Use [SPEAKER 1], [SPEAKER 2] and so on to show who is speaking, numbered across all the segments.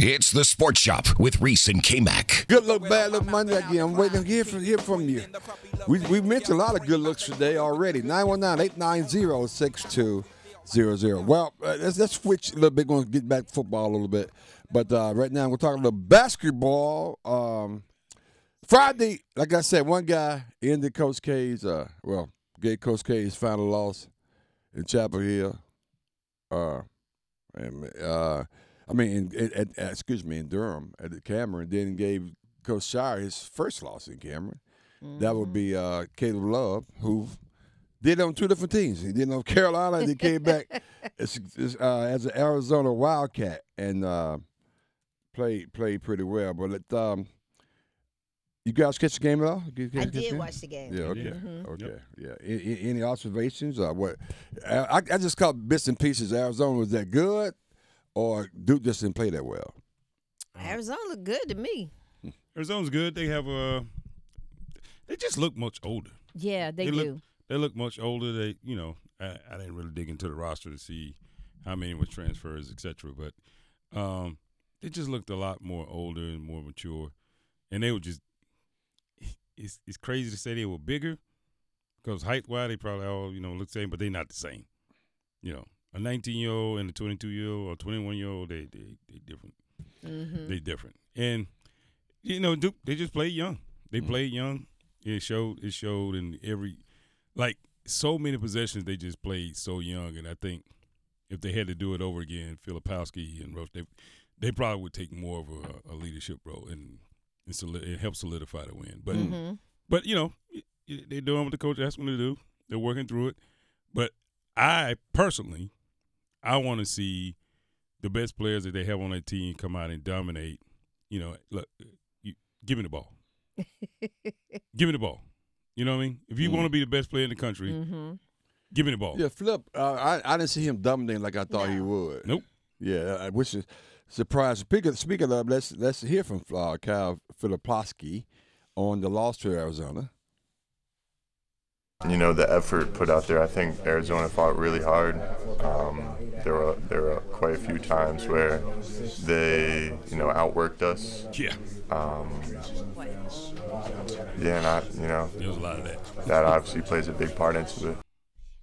[SPEAKER 1] It's the Sports Shop with Reese and K Mac.
[SPEAKER 2] Good luck, bad luck, Monday again. I'm waiting to hear from, hear from you. We, we mentioned a lot of good looks today already. 919-890-6200. Well, uh, let's, let's switch a little bit. Going to get back to football a little bit. But uh, right now, we're talking about basketball. Um, Friday, like I said, one guy ended Coach K's, uh, well, gave Coach K's final loss in Chapel Hill. Uh, and, uh, I mean, in, at, at- excuse me, in Durham at the Cameron, then gave Coach Shire his first loss in Cameron. That would be uh, Caleb Love, who did it on two different teams. He did it on Carolina, and he came back as, as, uh, as an Arizona Wildcat and uh, played played pretty well. But it, um, you guys catch the game at all? You guys
[SPEAKER 3] I
[SPEAKER 2] catch the
[SPEAKER 3] did
[SPEAKER 2] game?
[SPEAKER 3] watch the game.
[SPEAKER 2] Yeah. Okay. Okay. Yeah. A- a- any observations? Uh, what? I, I just caught bits and pieces. Arizona was that good, or Duke just didn't play that well.
[SPEAKER 3] Arizona looked good to me.
[SPEAKER 4] Arizona's good. They have a. They just look much older.
[SPEAKER 5] Yeah, they,
[SPEAKER 4] look,
[SPEAKER 5] do.
[SPEAKER 4] They look much older. They, you know, I, I didn't really dig into the roster to see how many were transfers, etc. But um, they just looked a lot more older and more mature, and they were just. It's it's crazy to say they were bigger, because height wise they probably all you know look the same, but they're not the same. You know, a 19 year old and a 22 year old or 21 year old, they they they different.
[SPEAKER 5] Mm-hmm.
[SPEAKER 4] They different, and you know Duke they just played young. They played young. It showed. It showed in every like so many possessions they just played so young, and I think if they had to do it over again, Filipowski and Roach, they they probably would take more of a, a leadership role and and soli- it helps solidify the win. But
[SPEAKER 3] Mm-hmm.
[SPEAKER 4] but you know y- y- they're doing what the coach asked them to do. They're working through it. But I personally, I want to see the best players that they have on their team come out and dominate. You know, look, you, give me the ball. give me the ball. You know what I mean? If you want to be the best player in the country,
[SPEAKER 3] Mm-hmm.
[SPEAKER 4] give me the ball.
[SPEAKER 2] Mm-hmm. Yeah, Flip. Uh, I I didn't see him dominating like I thought he would.
[SPEAKER 4] Nope.
[SPEAKER 2] Yeah, I- which is surprising. Speaking speaking of, let's let's hear from uh, Kyle Filipowski on the loss to Arizona.
[SPEAKER 6] You know the effort put out there. I think Arizona fought really hard. Um, there were there were quite a few times where they you know outworked us.
[SPEAKER 4] Yeah,
[SPEAKER 6] Um, yeah, and I you know
[SPEAKER 4] there was a lot of that.
[SPEAKER 6] that obviously plays a big part into it.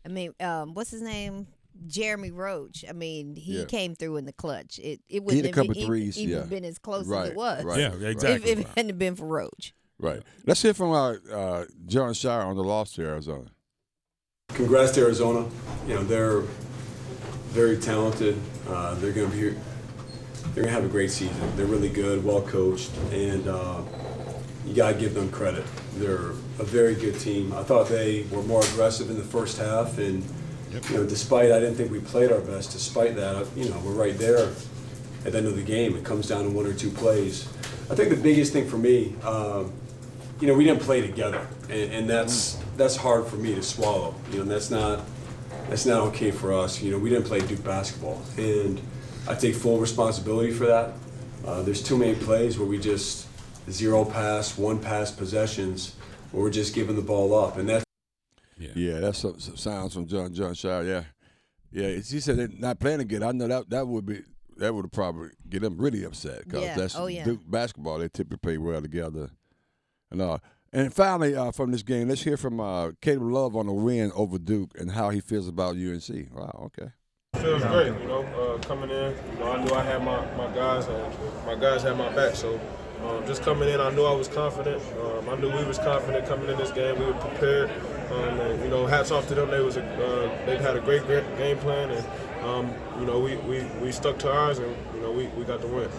[SPEAKER 3] I mean, um, what's his name? Jeremy Roach. I mean, he
[SPEAKER 2] Yeah.
[SPEAKER 3] came through in the clutch. It it
[SPEAKER 2] He had
[SPEAKER 3] wouldn't
[SPEAKER 2] a
[SPEAKER 3] have
[SPEAKER 2] couple
[SPEAKER 3] been, e-
[SPEAKER 2] threes.
[SPEAKER 3] even
[SPEAKER 2] yeah.
[SPEAKER 3] been as close
[SPEAKER 2] right,
[SPEAKER 3] as it was.
[SPEAKER 2] Right.
[SPEAKER 4] Yeah,
[SPEAKER 2] right,
[SPEAKER 4] exactly.
[SPEAKER 3] If, if it hadn't been for Roach.
[SPEAKER 2] Right. Let's hear from uh, uh, John Shire on the loss to Arizona.
[SPEAKER 7] Congrats to Arizona. You know they're very talented. Uh, they're going to be. They're going to have a great season. They're really good, well coached, and uh, you got to give them credit. They're a very good team. I thought they were more aggressive in the first half, and you know, despite I didn't think we played our best. Despite that, you know, we're right there at the end of the game. It comes down to one or two plays. I think the biggest thing for me. Um, you know, we didn't play together, and, and that's that's hard for me to swallow. You know, that's not that's not okay for us. You know, we didn't play Duke basketball, and I take full responsibility for that. Uh, there's too many plays where we just zero pass, one pass possessions, where we're just giving the ball up, and that's
[SPEAKER 2] Yeah, that's some, some sounds from John John Shire. Yeah, yeah. it's- He said they're not playing again. I know that that would be that would probably get them really upset because
[SPEAKER 3] Yeah,
[SPEAKER 2] that's
[SPEAKER 3] oh, yeah.
[SPEAKER 2] Duke basketball. They typically play well together, and uh, and finally uh, from this game, let's hear from uh, Caleb Love on the win over Duke and how he feels about UNC. Wow, okay.
[SPEAKER 8] feels great, you know, uh, coming in. You know, I knew I had my, my guys, uh, my guys had my back. So um, just coming in, I knew I was confident. Um, I knew we was confident coming in this game. We were prepared. Um, and, you know, hats off to them. They was a, uh, they had a great, great game plan, and um, you know, we, we, we stuck to ours, and you know, we, we got the win.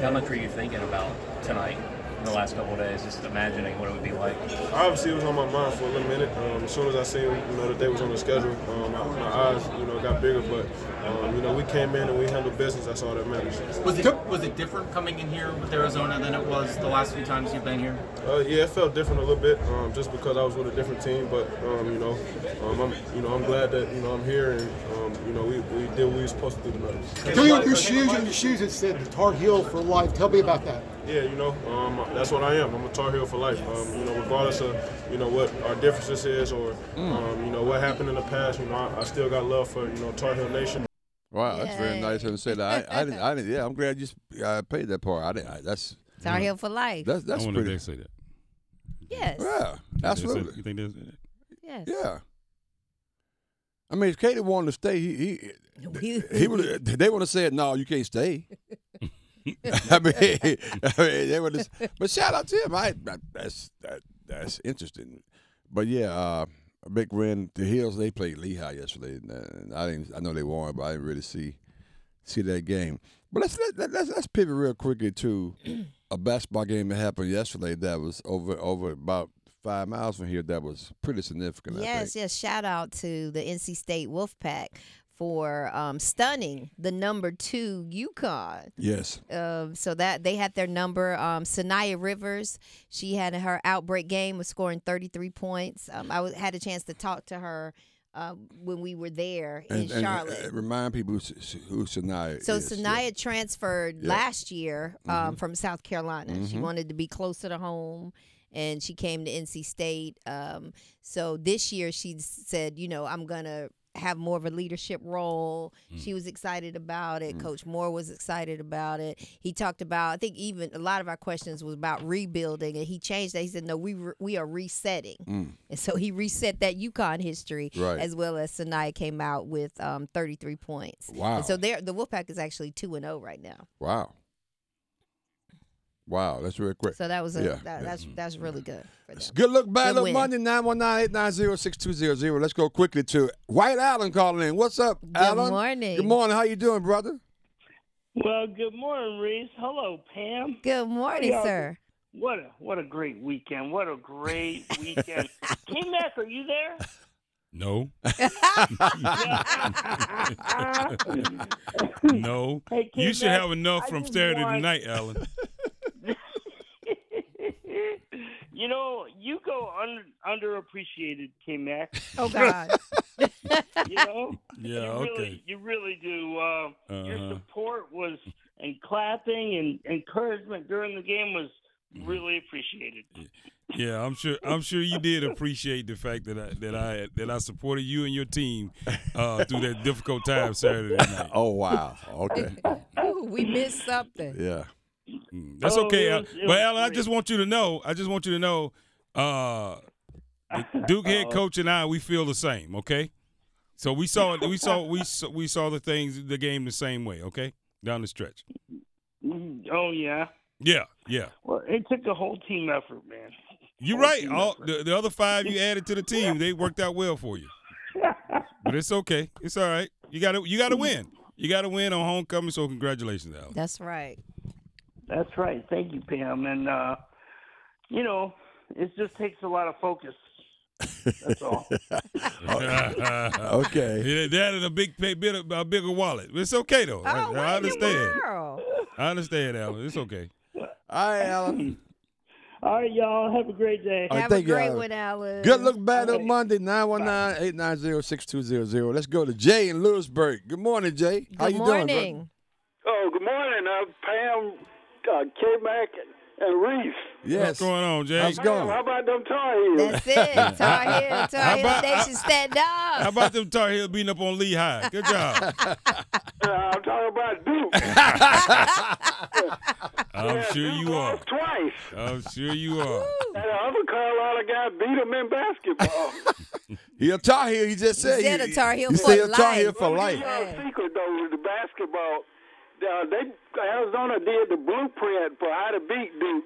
[SPEAKER 9] How much were you thinking about tonight in the last couple of days, just imagining what it would be like?
[SPEAKER 8] obviously it was on my mind for a little minute. Um, as soon as I seen, you know, that they was on the schedule, um, my, my eyes, you know, got bigger. But um, you know, we came in and we handled business. That's all that matters.
[SPEAKER 9] Was it, was it different coming in here with Arizona than it was the last few times you've been here?
[SPEAKER 8] Uh, yeah, it felt different a little bit, um, just because I was with a different team. But um, you know, um, I'm, you know, I'm glad that you know I'm here and um, you know we, we did what we was supposed to do tonight.
[SPEAKER 10] Tell you your shoes and your shoes that said Tar Heel for life. Tell me about that.
[SPEAKER 8] Yeah, you know, um, that's what I am. I'm a Tar Heel for life. Um, you know, regardless of you know what our differences is or um, you know what happened in the past, you know, I, I still got love for you know Tar Heel Nation.
[SPEAKER 2] Wow, that's very
[SPEAKER 3] Yay.
[SPEAKER 2] nice of him to say that. I, I didn't. I didn't. Yeah, I'm glad you sp- uh, paid that part. I didn't. I, that's
[SPEAKER 3] Tar Heel for life.
[SPEAKER 2] Mm-hmm. that's
[SPEAKER 4] I
[SPEAKER 2] that's
[SPEAKER 4] wonder if
[SPEAKER 2] pretty.
[SPEAKER 4] they say that.
[SPEAKER 3] yes.
[SPEAKER 2] Yeah,
[SPEAKER 4] They say,
[SPEAKER 2] absolutely.
[SPEAKER 4] you think they say that?
[SPEAKER 3] Yes.
[SPEAKER 2] Yeah. I mean, if Katie wanted to stay, he he
[SPEAKER 3] We-
[SPEAKER 2] he would. They would have said, "No, you can't stay." I mean, I mean, they would. Just, but shout out to him. I, I- that's that, that's interesting. But yeah, uh, a big win. The Hills they played Lehigh yesterday. And, uh, I didn't. I know they won, but I didn't really see see that game. But let's let, let's let's pivot real quickly to a basketball game that happened yesterday. That was over over about five miles from here. That was pretty significant. I think.
[SPEAKER 3] Yes, yes. Shout out to the NC State Wolfpack for um, stunning the number two UConn.
[SPEAKER 2] Yes.
[SPEAKER 3] Um, so that they had their number. Um, Sanaya Rivers, she had her outbreak game was scoring 33 points. Um, I was, had a chance to talk to her uh, when we were there in
[SPEAKER 2] and, and, uh,
[SPEAKER 3] Charlotte.
[SPEAKER 2] remind people who, S- who Sanaya
[SPEAKER 3] So
[SPEAKER 2] is.
[SPEAKER 3] Sanaya transferred last year um, from South Carolina. She wanted to be closer to home, and she came to NC State. Um, so this year, she said, "You know, I'm gonna have more of a leadership role." She was excited about it. Coach Moore was excited about it. He talked about, I think, even a lot of our questions was about rebuilding, and he changed that. He said, "No, we re- we are resetting," and so he reset that UConn history
[SPEAKER 2] Right.
[SPEAKER 3] as well as Sanaya came out with um, 33 points.
[SPEAKER 2] Wow.
[SPEAKER 3] And so they're, the Wolfpack is actually 2 and 0 right now.
[SPEAKER 2] Wow. Wow, that's real quick.
[SPEAKER 3] So that was a
[SPEAKER 2] Yeah, yeah.
[SPEAKER 3] that, that's that's really good for them.
[SPEAKER 2] Good look, bad
[SPEAKER 3] Good
[SPEAKER 2] look,
[SPEAKER 3] win.
[SPEAKER 2] Monday, 919-890-6200. Let's go quickly to White Allen calling in. What's up,
[SPEAKER 3] Good
[SPEAKER 2] Allen?
[SPEAKER 3] morning.
[SPEAKER 2] Good morning. How you doing, brother?
[SPEAKER 5] Well, good morning, Reese. Hello, Pam.
[SPEAKER 3] Good morning,
[SPEAKER 5] Yeah.
[SPEAKER 3] sir.
[SPEAKER 5] What a what a great weekend. What a great weekend. King Mac, are you there?
[SPEAKER 4] No,
[SPEAKER 5] Uh,
[SPEAKER 4] no.
[SPEAKER 5] Hey, King
[SPEAKER 4] you should
[SPEAKER 5] Mac,
[SPEAKER 4] have enough
[SPEAKER 5] I
[SPEAKER 4] from
[SPEAKER 5] just
[SPEAKER 4] Saturday
[SPEAKER 5] want-
[SPEAKER 4] night, Alan.
[SPEAKER 5] you know, you go under underappreciated, King Mac.
[SPEAKER 3] Oh God.
[SPEAKER 5] You know?
[SPEAKER 4] Yeah,
[SPEAKER 5] you
[SPEAKER 4] okay.
[SPEAKER 5] really you really do. Uh,
[SPEAKER 4] Uh-huh.
[SPEAKER 2] Mm-hmm.
[SPEAKER 5] Your support was and clapping and encouragement during the game was really appreciated.
[SPEAKER 4] Yeah, I'm sure. I'm sure you did appreciate the fact that I that I that I supported you and your team uh, through that difficult time Saturday night.
[SPEAKER 2] Oh, wow. Okay.
[SPEAKER 3] Ooh, we missed something.
[SPEAKER 2] yeah.
[SPEAKER 4] Mm, That's
[SPEAKER 5] Oh,
[SPEAKER 4] okay.
[SPEAKER 5] it
[SPEAKER 4] Al
[SPEAKER 5] was- it
[SPEAKER 4] but
[SPEAKER 5] was
[SPEAKER 4] Alan, I
[SPEAKER 5] great.
[SPEAKER 4] just want you to know. I just want you to know. Uh, the Duke
[SPEAKER 5] Oh.
[SPEAKER 4] head coach and I, we feel the same. Okay, so we saw it. We saw we saw, we saw the things the game the same way. Okay, down the stretch.
[SPEAKER 5] Mm, Oh yeah.
[SPEAKER 4] Yeah, yeah.
[SPEAKER 5] Well, it took a whole team effort, man.
[SPEAKER 4] You're
[SPEAKER 5] Whole
[SPEAKER 4] right.
[SPEAKER 5] team
[SPEAKER 4] All
[SPEAKER 5] effort.
[SPEAKER 4] the, the other five you added to the team, they worked out well for you. But it's okay. It's all right. You got to you got to win. You got to win on homecoming. So congratulations, Alan.
[SPEAKER 3] That's right.
[SPEAKER 5] That's right. Thank you, Pam. And uh, you know, it just takes a lot of focus. That's all.
[SPEAKER 2] Okay.
[SPEAKER 4] Yeah, that and a big pay, bit of, a bigger wallet. It's okay though. I,
[SPEAKER 3] Oh,
[SPEAKER 4] I
[SPEAKER 3] what in
[SPEAKER 4] understand.
[SPEAKER 3] the world?
[SPEAKER 4] I understand, Alan. It's okay.
[SPEAKER 2] All right, Allen.
[SPEAKER 5] all right, y'all. Have a great day.
[SPEAKER 2] All right,
[SPEAKER 3] Have a
[SPEAKER 2] thank you,
[SPEAKER 3] great
[SPEAKER 2] Alan.
[SPEAKER 3] one, Alan.
[SPEAKER 2] Good look, bad look, Monday, 919-890-6200. Let's go to Jay in Lewisburg. Good morning, Jay. How
[SPEAKER 3] Good
[SPEAKER 2] you
[SPEAKER 3] morning.
[SPEAKER 2] doing, brother?
[SPEAKER 11] Oh, good morning, uh, Pam, uh, K Mac, and Reese.
[SPEAKER 2] Yes.
[SPEAKER 4] What's going on, Jay?
[SPEAKER 2] How's it going?
[SPEAKER 11] How about them Tar Heels?
[SPEAKER 3] That's it. Tar Heel, Tar Heel
[SPEAKER 4] about-
[SPEAKER 3] Nation, stand
[SPEAKER 4] How
[SPEAKER 3] up.
[SPEAKER 4] about them Tar Heels beating up on Lehigh? Good job.
[SPEAKER 11] Uh, I'm talking about Duke.
[SPEAKER 4] I'm sure you are.
[SPEAKER 11] Twice.
[SPEAKER 4] I'm sure you are.
[SPEAKER 11] And the other Carolina guy beat them in basketball.
[SPEAKER 2] He a Tar Heel. He just said
[SPEAKER 3] said
[SPEAKER 2] he-
[SPEAKER 3] a Tar Heel
[SPEAKER 2] he
[SPEAKER 3] for
[SPEAKER 2] said a Tar
[SPEAKER 3] life.
[SPEAKER 2] Heel for
[SPEAKER 11] Well,
[SPEAKER 2] life.
[SPEAKER 11] you know a secret, though, with the basketball. Uh, they Arizona did the blueprint for how to beat Duke.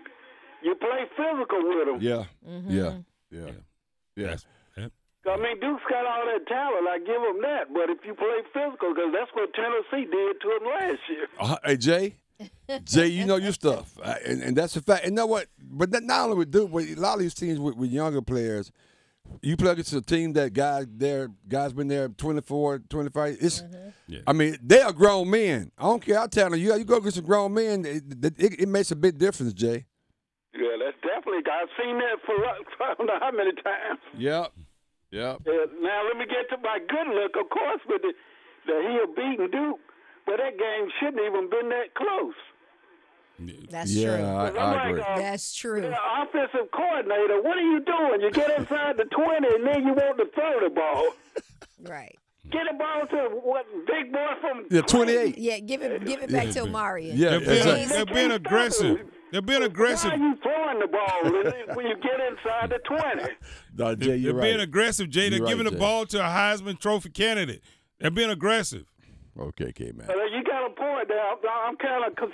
[SPEAKER 11] You play physical with them.
[SPEAKER 2] Yeah.
[SPEAKER 3] Mm-hmm.
[SPEAKER 2] Yeah. Yeah. Yeah.
[SPEAKER 4] That's- eh, yep.
[SPEAKER 11] I mean, Duke's got all that talent. I give them that. But if you play physical, because that's what Tennessee did to them last year.
[SPEAKER 2] Uh, hey Jay, Jay, you know your stuff, Uh, and, and that's a fact. And know what? But that not only with Duke, but a lot of these teams with, with younger players, you plug into a team that guy there, guys been there 24, 25. It's,
[SPEAKER 3] Mm-hmm.
[SPEAKER 4] Yeah.
[SPEAKER 2] I mean, they are grown men. I don't care. I'm telling you, you go get some grown men. It, it, it makes a big difference, Jay.
[SPEAKER 11] Yeah, that's definitely. I've seen that for I don't know how many times.
[SPEAKER 2] Yep. Yep.
[SPEAKER 11] Uh, now let me get to my good look. Of course, with the the heel beating Duke, but that game shouldn't even been that close.
[SPEAKER 3] That's
[SPEAKER 2] Yeah, I,
[SPEAKER 11] I'm
[SPEAKER 2] I agree.
[SPEAKER 11] like, uh,
[SPEAKER 3] true. That's true.
[SPEAKER 11] the offensive coordinator, what are you doing? You get inside the twenty, and then you want to throw the ball.
[SPEAKER 3] Right.
[SPEAKER 11] Get the ball to what big boy from
[SPEAKER 2] Yeah, 28.
[SPEAKER 3] Yeah, give it give it back to Omari.
[SPEAKER 2] Yeah,
[SPEAKER 4] they're, being,
[SPEAKER 2] exactly.
[SPEAKER 4] they're being aggressive. They're being aggressive.
[SPEAKER 11] Why are you throwing the ball when you get inside the twenty?
[SPEAKER 2] No, Jay,
[SPEAKER 4] They're,
[SPEAKER 2] you're
[SPEAKER 4] they're
[SPEAKER 2] right.
[SPEAKER 4] being aggressive, Jay. They're
[SPEAKER 2] You're right,
[SPEAKER 4] giving
[SPEAKER 2] Jay.
[SPEAKER 4] the ball to a Heisman Trophy candidate. They're being aggressive.
[SPEAKER 2] Okay, K man.
[SPEAKER 11] Uh, you got a point there. I'm, I'm kind of, cause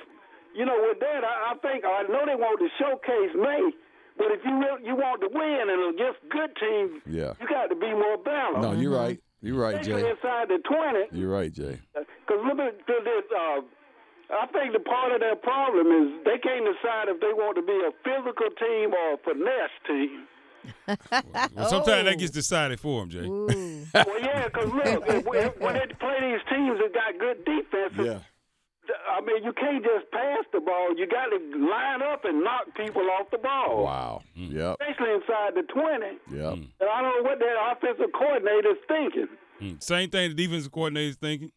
[SPEAKER 11] you know, with that, I, I think I know they want to showcase May, but if you really, you want to win and against good teams,
[SPEAKER 2] Yeah.
[SPEAKER 11] you got to be more balanced.
[SPEAKER 3] Mm-hmm.
[SPEAKER 2] No, you're right. You're right,
[SPEAKER 11] Especially
[SPEAKER 2] Jay.
[SPEAKER 11] inside the twenty,
[SPEAKER 2] You're right, Jay.
[SPEAKER 11] because look at to this. Uh, I think the part of their problem is they can't decide if they want to be a physical team or a finesse team.
[SPEAKER 4] Well, sometimes
[SPEAKER 3] Oh.
[SPEAKER 4] that gets decided for them, Jay.
[SPEAKER 3] Ooh.
[SPEAKER 11] well, yeah, because look, if, if, when they play these teams that got good defenses,
[SPEAKER 2] Yeah.
[SPEAKER 11] I mean, you can't just pass the ball. You got to line up and knock people off the ball,
[SPEAKER 2] Wow. Yep.
[SPEAKER 11] especially inside the 20.
[SPEAKER 2] Yep.
[SPEAKER 11] And I don't know what that offensive coordinator's thinking.
[SPEAKER 4] Mm. Same thing the defensive coordinator's thinking.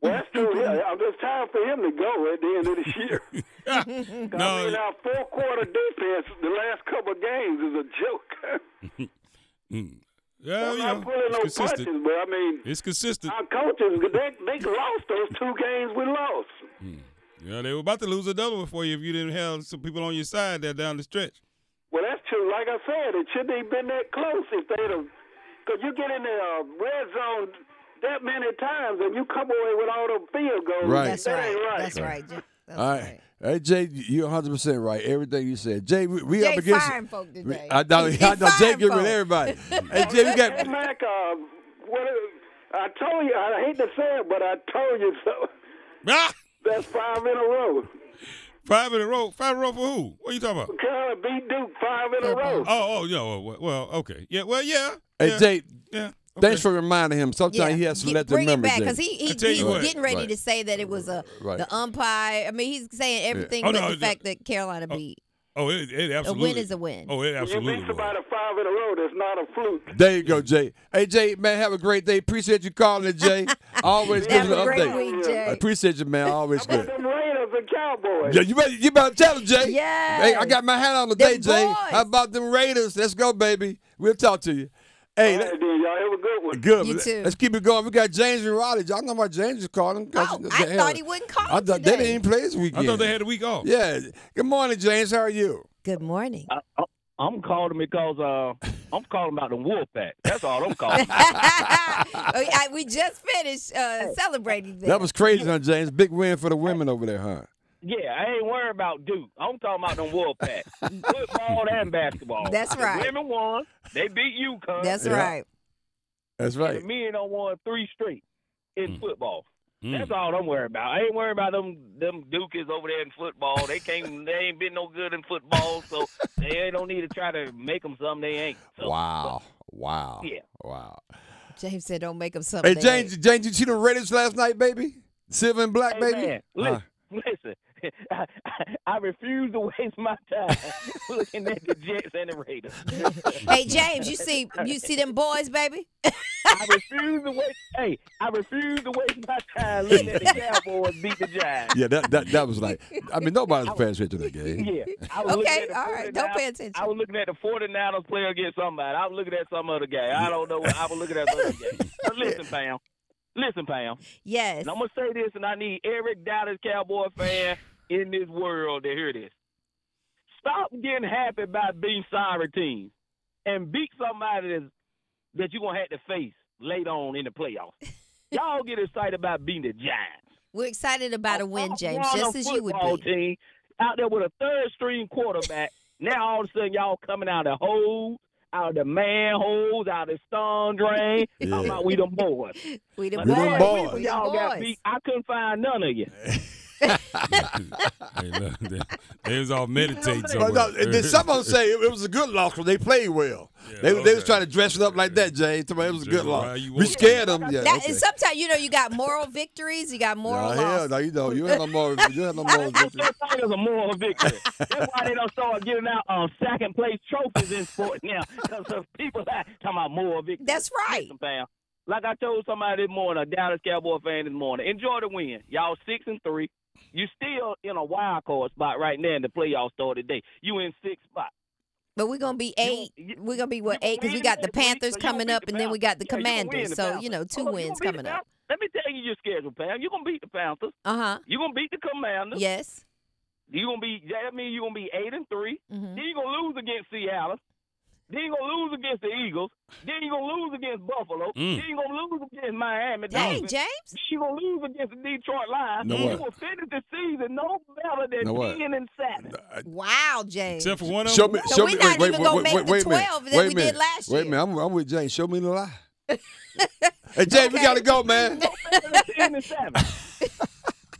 [SPEAKER 11] Well, that's true. Yeah, I'm just tired for him to go at the end of the year. I mean,
[SPEAKER 4] No,
[SPEAKER 11] our four quarter defense the last couple of games is a joke.
[SPEAKER 4] mm. yeah,
[SPEAKER 11] I'm
[SPEAKER 4] you
[SPEAKER 11] not
[SPEAKER 4] know,
[SPEAKER 11] pulling
[SPEAKER 4] it's
[SPEAKER 11] no
[SPEAKER 4] consistent.
[SPEAKER 11] punches, but I mean,
[SPEAKER 4] It's consistent.
[SPEAKER 11] our coaches, they, they lost those two games we lost.
[SPEAKER 4] Yeah, they were about to lose another one for you if you didn't have some people on your side there down the stretch.
[SPEAKER 11] Well, that's true. Like I said, it shouldn't have been that close if they'd have. Because you get in the uh, red zone that many times and you come away with all them field goals.
[SPEAKER 2] Right.
[SPEAKER 3] That's
[SPEAKER 11] that
[SPEAKER 3] right.
[SPEAKER 11] Ain't right.
[SPEAKER 3] That's right. Jay. That's
[SPEAKER 2] All
[SPEAKER 3] right.
[SPEAKER 2] right. Hey Jay, you're 100 percent right. Everything you said, Jay, we, we
[SPEAKER 3] Jay
[SPEAKER 2] up against.
[SPEAKER 3] firing folk today.
[SPEAKER 2] I know,
[SPEAKER 3] He
[SPEAKER 2] I know. Jay
[SPEAKER 3] firing
[SPEAKER 2] get rid of
[SPEAKER 3] folk.
[SPEAKER 2] everybody. hey Jay, you
[SPEAKER 11] Hey,
[SPEAKER 2] got.
[SPEAKER 11] Mac, uh, what, I told you, I hate to say it, but I told you so.
[SPEAKER 4] Ah,
[SPEAKER 11] That's five in a row.
[SPEAKER 4] five in a row. Five in a row for who? What are you talking about?
[SPEAKER 11] Carolina beat Duke five in a row.
[SPEAKER 4] Oh, oh, yeah. Well, well, okay. Yeah, well, yeah.
[SPEAKER 2] Hey
[SPEAKER 4] yeah,
[SPEAKER 2] Jay,
[SPEAKER 4] Yeah.
[SPEAKER 2] thanks for reminding him. Sometimes he has to
[SPEAKER 3] Get-
[SPEAKER 2] let the
[SPEAKER 3] bring it
[SPEAKER 2] memory.
[SPEAKER 3] back because he, he
[SPEAKER 4] I tell you
[SPEAKER 3] he's
[SPEAKER 4] what.
[SPEAKER 3] getting ready
[SPEAKER 2] Right.
[SPEAKER 3] to say that it was a
[SPEAKER 2] Right.
[SPEAKER 3] the umpire. I mean, he's saying everything
[SPEAKER 4] Oh,
[SPEAKER 3] but
[SPEAKER 4] no,
[SPEAKER 3] the
[SPEAKER 4] it-
[SPEAKER 3] fact that Carolina beat.
[SPEAKER 4] Oh, it, it absolutely.
[SPEAKER 3] is a win.
[SPEAKER 4] Oh, it
[SPEAKER 11] you
[SPEAKER 4] absolutely.
[SPEAKER 11] beat
[SPEAKER 4] was.
[SPEAKER 11] somebody five in a row, that's not a fluke.
[SPEAKER 2] There you go, Jay. Hey Jay, man, have a great day. Appreciate you calling it, Jay. Always give us
[SPEAKER 3] Have
[SPEAKER 2] an
[SPEAKER 3] a great Oh,
[SPEAKER 2] update.
[SPEAKER 3] week,
[SPEAKER 2] I
[SPEAKER 3] Jay.
[SPEAKER 2] appreciate you, man. Always
[SPEAKER 11] How about
[SPEAKER 2] good.
[SPEAKER 11] them Raiders and Cowboys?
[SPEAKER 2] Yeah, you better you better tell him, Jay.
[SPEAKER 3] Yes.
[SPEAKER 2] Hey, I got my hat on today,
[SPEAKER 3] Them
[SPEAKER 2] Jay.
[SPEAKER 3] boys.
[SPEAKER 2] How about them Raiders? Let's go, baby. We'll talk to you. Hey,
[SPEAKER 11] All
[SPEAKER 2] let-
[SPEAKER 11] right, then, y'all have a good one.
[SPEAKER 2] Good.
[SPEAKER 3] You
[SPEAKER 2] Let-
[SPEAKER 3] too.
[SPEAKER 2] Let's keep it going. We got James and Roddy. Y'all know why James is calling. 'cause-
[SPEAKER 3] Oh, I
[SPEAKER 2] they-
[SPEAKER 3] thought he wouldn't call
[SPEAKER 2] I thought they
[SPEAKER 3] today.
[SPEAKER 2] didn't even play this weekend.
[SPEAKER 4] I thought they had a week off.
[SPEAKER 2] Yeah. Good morning, James. How are you?
[SPEAKER 3] Good morning.
[SPEAKER 12] I'm calling because uh, I'm calling about the wolf pack. That's all I'm calling.
[SPEAKER 3] Okay, I- Oh, we just finished uh, celebrating this.
[SPEAKER 2] That was crazy, huh, James? Big win for the women over there, huh?
[SPEAKER 12] yeah, I ain't worried about Duke. I'm talking about them wolf pack. Football and basketball.
[SPEAKER 3] That's
[SPEAKER 12] The
[SPEAKER 3] right.
[SPEAKER 12] women won. They beat UConn.
[SPEAKER 3] That's
[SPEAKER 2] Yeah.
[SPEAKER 3] right.
[SPEAKER 2] That's
[SPEAKER 12] And
[SPEAKER 2] right.
[SPEAKER 12] The men don't won three straight in football.
[SPEAKER 4] Mm.
[SPEAKER 12] That's all I'm worried about. I ain't worried about them them Dukes over there in football. They can't. they ain't been no good in football, so they don't need to try to make them something they ain't. So,
[SPEAKER 2] Wow. Wow.
[SPEAKER 12] Yeah.
[SPEAKER 2] Wow.
[SPEAKER 3] James said, "Don't make him something."
[SPEAKER 2] Hey, James, James, you see the Raiders last night, baby? Silver and black,
[SPEAKER 12] Hey,
[SPEAKER 2] baby?
[SPEAKER 12] man,
[SPEAKER 2] Huh.
[SPEAKER 12] listen, listen. I, I, I refuse to waste my time looking at the Jets and the Raiders.
[SPEAKER 3] Hey, James, you see you see them boys, baby?
[SPEAKER 12] I refuse to waste. Hey, I refuse to waste my time looking at the Cowboys beat the Giants.
[SPEAKER 2] Yeah, that, that that was like, I mean, nobody's paying attention to that game.
[SPEAKER 12] Yeah. I was looking
[SPEAKER 3] Okay,
[SPEAKER 12] at the
[SPEAKER 3] all right. Don't
[SPEAKER 12] 49ers
[SPEAKER 3] pay attention.
[SPEAKER 12] I was looking at the 49ers player against somebody. I was looking at some other guy. I don't know. what- I was looking at some other guy. But listen, Pam. Listen, Pam.
[SPEAKER 3] Yes.
[SPEAKER 12] And I'm going to say this, and I need every Dallas Cowboy fan in this world to hear this. Stop getting happy about being sorry teams and beat somebody that's, that you're going to have to face later on in the playoffs. Y'all get excited about beating the Giants.
[SPEAKER 3] We're excited about a win,
[SPEAKER 12] Y'all
[SPEAKER 3] James,
[SPEAKER 12] want
[SPEAKER 3] just
[SPEAKER 12] a
[SPEAKER 3] as you would
[SPEAKER 12] football
[SPEAKER 3] be.
[SPEAKER 12] Team out there with a third string quarterback. now all of a sudden y'all coming out of holes, out of the manholes, out of the stone drain. Talking
[SPEAKER 2] Yeah.
[SPEAKER 12] about we them boys.
[SPEAKER 3] We the
[SPEAKER 12] But
[SPEAKER 2] We them
[SPEAKER 12] last
[SPEAKER 3] boys.
[SPEAKER 2] boys.
[SPEAKER 12] week when y'all got
[SPEAKER 3] Boys.
[SPEAKER 12] beat, I couldn't find none of you.
[SPEAKER 4] Hey, look, they, they was all meditating.
[SPEAKER 2] But no,
[SPEAKER 4] somewhere.
[SPEAKER 2] did someone say it, it was a good loss because they played well?
[SPEAKER 4] Yeah,
[SPEAKER 2] they, they was
[SPEAKER 4] okay.
[SPEAKER 2] trying to dress it up like that, Jay. Somebody, It was a
[SPEAKER 4] Dress
[SPEAKER 2] good
[SPEAKER 4] it
[SPEAKER 2] loss.
[SPEAKER 4] how you
[SPEAKER 2] We
[SPEAKER 4] want.
[SPEAKER 2] scared them. Yeah,
[SPEAKER 3] That-
[SPEAKER 2] okay.
[SPEAKER 3] and sometimes you know you got moral victories, you got moral
[SPEAKER 2] Nah, hell,
[SPEAKER 3] losses.
[SPEAKER 2] no, you know, you had no more. You had no more.
[SPEAKER 12] Your fight is a moral victory. That's why they don't start giving out um, second place trophies in sports now. Because of people that talking about moral victory.
[SPEAKER 3] That's right.
[SPEAKER 12] Listen, pal, Like I told somebody this morning, a Dallas Cowboy fan this morning, enjoy the win. Y'all six and three. You still in a wild card spot right now, and the playoffs start today. You in sixth spot.
[SPEAKER 3] But we're gonna be eight. We're gonna be what eight? Because we got the Panthers coming up, and then we got the
[SPEAKER 12] Yeah, you gonna win
[SPEAKER 3] Commanders.
[SPEAKER 12] the
[SPEAKER 3] so
[SPEAKER 12] Panthers.
[SPEAKER 3] you know, two
[SPEAKER 12] Hold on, you
[SPEAKER 3] wins
[SPEAKER 12] gonna beat
[SPEAKER 3] coming
[SPEAKER 12] the
[SPEAKER 3] up.
[SPEAKER 12] Panthers? Let me tell you your schedule, Pam. You're gonna beat the Panthers.
[SPEAKER 3] Uh huh.
[SPEAKER 12] You're gonna beat the Commanders.
[SPEAKER 3] Yes.
[SPEAKER 12] You gonna be that means you're gonna be eight and 3
[SPEAKER 3] Mm-hmm.
[SPEAKER 12] Then you're gonna lose against Seattle. Then you're gonna lose against the Eagles. Then you're gonna lose against Buffalo.
[SPEAKER 4] Mm.
[SPEAKER 12] Then you're gonna lose against Miami.
[SPEAKER 3] Dang,
[SPEAKER 12] Dolphins.
[SPEAKER 3] James.
[SPEAKER 12] Then you're gonna lose against the Detroit Lions.
[SPEAKER 4] Know
[SPEAKER 12] you're
[SPEAKER 4] what?
[SPEAKER 12] gonna finish the season no better than
[SPEAKER 4] Know what?
[SPEAKER 12] ten and seven.
[SPEAKER 3] Wow, James.
[SPEAKER 4] Except for one of
[SPEAKER 2] Show
[SPEAKER 4] them.
[SPEAKER 2] me,
[SPEAKER 3] So
[SPEAKER 2] show
[SPEAKER 3] we
[SPEAKER 2] me,
[SPEAKER 3] not
[SPEAKER 2] wait,
[SPEAKER 3] even
[SPEAKER 2] wait,
[SPEAKER 3] gonna
[SPEAKER 2] wait,
[SPEAKER 3] make
[SPEAKER 2] wait,
[SPEAKER 3] the
[SPEAKER 2] wait a minute.
[SPEAKER 3] 12 that
[SPEAKER 2] Wait a
[SPEAKER 3] we did
[SPEAKER 2] minute.
[SPEAKER 3] last
[SPEAKER 2] Wait a
[SPEAKER 3] year.
[SPEAKER 2] minute, I'm, I'm with Jay. Show me the lie. hey, Jay, we gotta go, man.
[SPEAKER 12] ten and seven.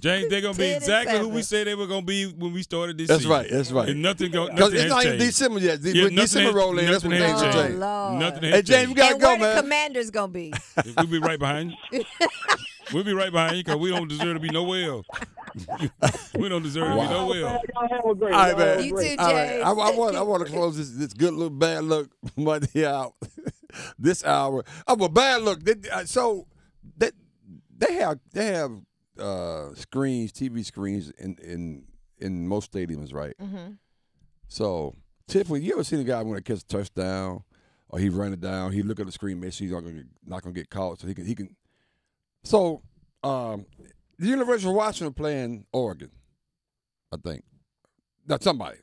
[SPEAKER 4] James, they're gonna be
[SPEAKER 3] 10 and
[SPEAKER 4] exactly who we
[SPEAKER 3] seven.
[SPEAKER 4] said they were gonna be when we started this.
[SPEAKER 2] That's
[SPEAKER 4] season.
[SPEAKER 2] right, that's right.
[SPEAKER 4] And nothing go.
[SPEAKER 2] Because
[SPEAKER 4] Nothing
[SPEAKER 2] it's
[SPEAKER 4] has
[SPEAKER 2] not even
[SPEAKER 4] changed.
[SPEAKER 2] December yet. De-
[SPEAKER 4] Yeah,
[SPEAKER 2] when
[SPEAKER 4] nothing
[SPEAKER 2] December
[SPEAKER 4] has-
[SPEAKER 2] roll in, that's
[SPEAKER 4] Nothing
[SPEAKER 2] when
[SPEAKER 4] has
[SPEAKER 2] things will
[SPEAKER 4] changed.
[SPEAKER 2] change.
[SPEAKER 3] Oh, Lord.
[SPEAKER 4] Nothing has
[SPEAKER 2] Hey, James, we
[SPEAKER 4] changed.
[SPEAKER 2] gotta
[SPEAKER 3] and
[SPEAKER 2] go,
[SPEAKER 3] where the
[SPEAKER 2] man.
[SPEAKER 3] Commanders gonna be?
[SPEAKER 4] We'll be right behind you. we'll be right behind you because we don't deserve to be nowhere else. we don't deserve to be nowhere else.
[SPEAKER 12] Oh, Y'all have a great
[SPEAKER 2] All right,
[SPEAKER 12] y'all have
[SPEAKER 2] man.
[SPEAKER 12] a
[SPEAKER 3] You
[SPEAKER 12] great-
[SPEAKER 3] too,
[SPEAKER 2] All right.
[SPEAKER 3] James.
[SPEAKER 2] I, I want I want to close this this good look bad look Monday out this hour. Oh, but bad look. They, uh, so they they have they have uh, screens, TV screens in in in most stadiums, right?
[SPEAKER 3] Mhm.
[SPEAKER 2] So typically, you ever seen a guy when to catch a touchdown or he run it down, he look at the screen, make sure he's not gonna get, not gonna get caught, so he can he can. So um, the University of Washington playing Oregon, I think. That's somebody.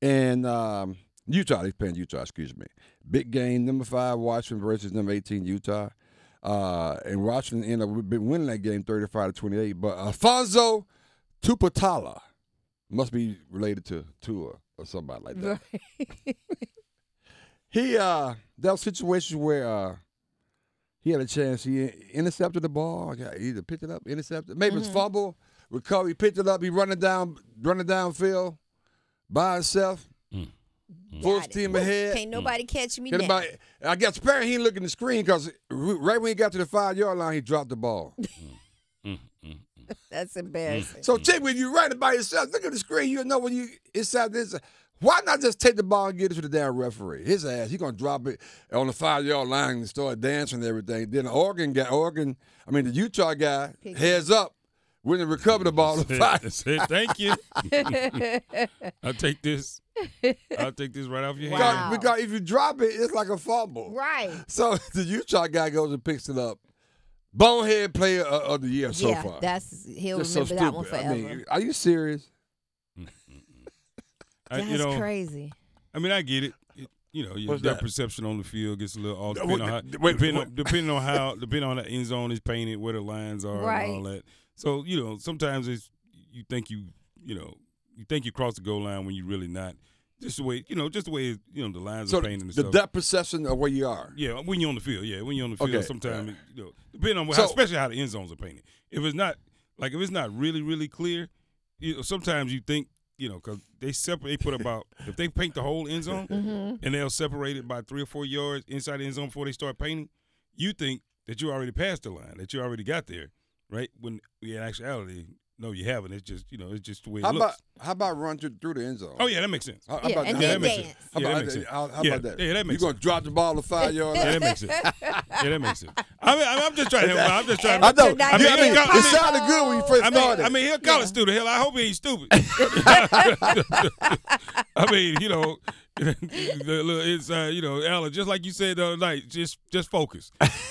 [SPEAKER 2] And um, Utah, they playing Utah, excuse me. Big game, number five, Washington versus number 18, Utah. Uh, and Washington ended up been winning that game 35 to 28. But Alfonso Tupatala must be related to Tua or somebody like that. he uh that was situations where uh he had a chance. He intercepted the ball. He either picked it up, intercepted. Maybe
[SPEAKER 3] Mm-hmm.
[SPEAKER 2] it's fumble, recovery, picked it up. He running down, running downfield by himself. Full
[SPEAKER 3] Got it.
[SPEAKER 2] steam
[SPEAKER 3] Woo.
[SPEAKER 2] ahead. Mm.
[SPEAKER 3] Can't nobody catch me
[SPEAKER 2] Get
[SPEAKER 3] now.
[SPEAKER 2] about- I guess apparently he ain't looking at the screen because right when he got to the five yard line, he dropped the ball.
[SPEAKER 3] That's
[SPEAKER 2] Mm.
[SPEAKER 3] embarrassing.
[SPEAKER 2] so, Chick, when you running by yourself, look at the screen. You know when you inside this. Why not just take the ball and get it to the damn referee? His ass, he gonna drop it on the five yard line and start dancing and everything. Then the Oregon guy, Oregon, I mean the Utah guy, heads up when they recover the ball. The
[SPEAKER 4] I
[SPEAKER 2] five,
[SPEAKER 4] said, thank you. I'll take this. I'll take this right off your
[SPEAKER 2] because,
[SPEAKER 4] hand.
[SPEAKER 2] because if you drop it, it's like a fumble.
[SPEAKER 3] right.
[SPEAKER 2] So the Utah guy goes and picks it up. Bonehead player of of the year so
[SPEAKER 3] yeah,
[SPEAKER 2] far.
[SPEAKER 3] that's he'll
[SPEAKER 2] Just
[SPEAKER 3] remember that one
[SPEAKER 2] stupid.
[SPEAKER 3] forever.
[SPEAKER 2] I mean, are you serious?
[SPEAKER 4] I-
[SPEAKER 3] that's
[SPEAKER 4] you know,
[SPEAKER 3] crazy.
[SPEAKER 4] I mean, I get it. It- you know, your,
[SPEAKER 2] What's
[SPEAKER 4] your
[SPEAKER 2] that?
[SPEAKER 4] perception on the field gets a little off
[SPEAKER 2] Uh,
[SPEAKER 4] depending
[SPEAKER 2] wait,
[SPEAKER 4] on how,
[SPEAKER 2] d- wait,
[SPEAKER 4] depending,
[SPEAKER 2] wait.
[SPEAKER 4] On, depending on how depending on the end zone is painted, where the lines are,
[SPEAKER 3] Right.
[SPEAKER 4] and all that. So you know, sometimes it's you think you you know you think you cross the goal line when you really not. Just the way you know, just the way you know the lines
[SPEAKER 2] So
[SPEAKER 4] are painted. And
[SPEAKER 2] the
[SPEAKER 4] stuff.
[SPEAKER 2] depth perception of where you are.
[SPEAKER 4] Yeah, when you're on the field. Yeah, when you're on the field,
[SPEAKER 2] Okay.
[SPEAKER 4] sometimes it, you know, depending on
[SPEAKER 2] So-
[SPEAKER 4] how, especially how the end zones are painted. If it's not like if it's not really really clear, you know, sometimes you think you know because they separate. They put about if they paint the whole end zone
[SPEAKER 2] Mm-hmm.
[SPEAKER 4] and they'll separate it by three or four yards inside the end zone before they start painting. You think that you already passed the line, that you already got there, right? When in actuality, no, you haven't. It's just you know, it's just the way it
[SPEAKER 2] How
[SPEAKER 4] looks.
[SPEAKER 2] about how about run through, through the end zone?
[SPEAKER 4] oh yeah, that makes sense.
[SPEAKER 2] How, how
[SPEAKER 3] Yeah,
[SPEAKER 2] about
[SPEAKER 3] and
[SPEAKER 2] that?
[SPEAKER 4] yeah, that
[SPEAKER 3] then
[SPEAKER 4] makes
[SPEAKER 3] dance.
[SPEAKER 4] sense.
[SPEAKER 2] How
[SPEAKER 4] yeah,
[SPEAKER 2] about,
[SPEAKER 4] that makes sense.
[SPEAKER 2] How, how
[SPEAKER 4] yeah,
[SPEAKER 2] about that?
[SPEAKER 4] Yeah, that makes
[SPEAKER 2] you
[SPEAKER 4] sense.
[SPEAKER 2] gonna drop the ball to five yards?
[SPEAKER 4] Yeah, that makes sense. Yeah, that makes sense. I mean, I mean I'm just trying to help. him out. I'm just trying. To,
[SPEAKER 2] I know.
[SPEAKER 4] I mean,
[SPEAKER 2] Yeah, I mean,
[SPEAKER 4] he got- I
[SPEAKER 2] it
[SPEAKER 4] mean-
[SPEAKER 2] sounded good when you first
[SPEAKER 4] I mean,
[SPEAKER 2] started.
[SPEAKER 4] I mean, he'll call a student. Hell, I hope he ain't stupid. I mean, you know, the little inside, you know, Alan, just like you said the other night, just just focus,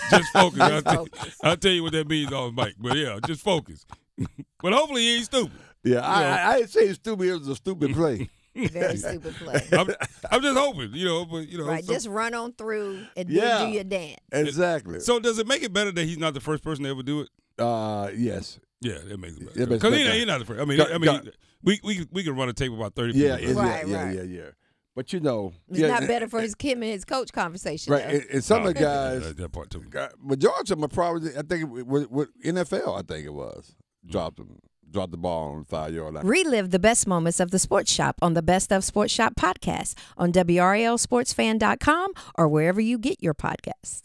[SPEAKER 4] just focus. I'll, tell- I'll tell you what that means off mic, but yeah, just focus. but hopefully he ain't stupid.
[SPEAKER 2] yeah, I, I, I didn't say stupid. It was a stupid play.
[SPEAKER 3] Very stupid play.
[SPEAKER 4] I'm, I'm just hoping, you know. But you know,
[SPEAKER 3] Right,
[SPEAKER 4] so-
[SPEAKER 3] just run on through and then
[SPEAKER 2] Yeah.
[SPEAKER 3] do your dance.
[SPEAKER 2] exactly.
[SPEAKER 4] so does it make it better that he's not the first person to ever do it?
[SPEAKER 2] uh, yes.
[SPEAKER 4] Yeah, that makes it
[SPEAKER 2] That
[SPEAKER 4] better.
[SPEAKER 2] makes
[SPEAKER 4] Because
[SPEAKER 2] it
[SPEAKER 4] he,
[SPEAKER 2] better.
[SPEAKER 4] he's not the first. I mean,
[SPEAKER 2] Got-
[SPEAKER 4] I mean,
[SPEAKER 2] got-
[SPEAKER 4] we we we could run a tape about thirty.
[SPEAKER 2] Yeah,
[SPEAKER 4] people.
[SPEAKER 2] it-
[SPEAKER 3] Right,
[SPEAKER 2] yeah,
[SPEAKER 3] right.
[SPEAKER 2] yeah, yeah, yeah. But you know,
[SPEAKER 3] It's
[SPEAKER 2] yeah,
[SPEAKER 3] not
[SPEAKER 2] and-
[SPEAKER 3] better for his Kim and his coach conversation.
[SPEAKER 2] Right,
[SPEAKER 3] though.
[SPEAKER 2] and, and some of the
[SPEAKER 4] Oh, yeah,
[SPEAKER 2] guys,
[SPEAKER 4] that, that part too.
[SPEAKER 2] got- majority of them are probably, I think, it was, was NFL. I think it was
[SPEAKER 4] Mm.
[SPEAKER 2] dropped them, dropped the ball on the five yard line.
[SPEAKER 3] Relive the best moments of the Sports Shop on the Best of Sports Shop podcast on WRLSportsFan.com or wherever you get your podcasts.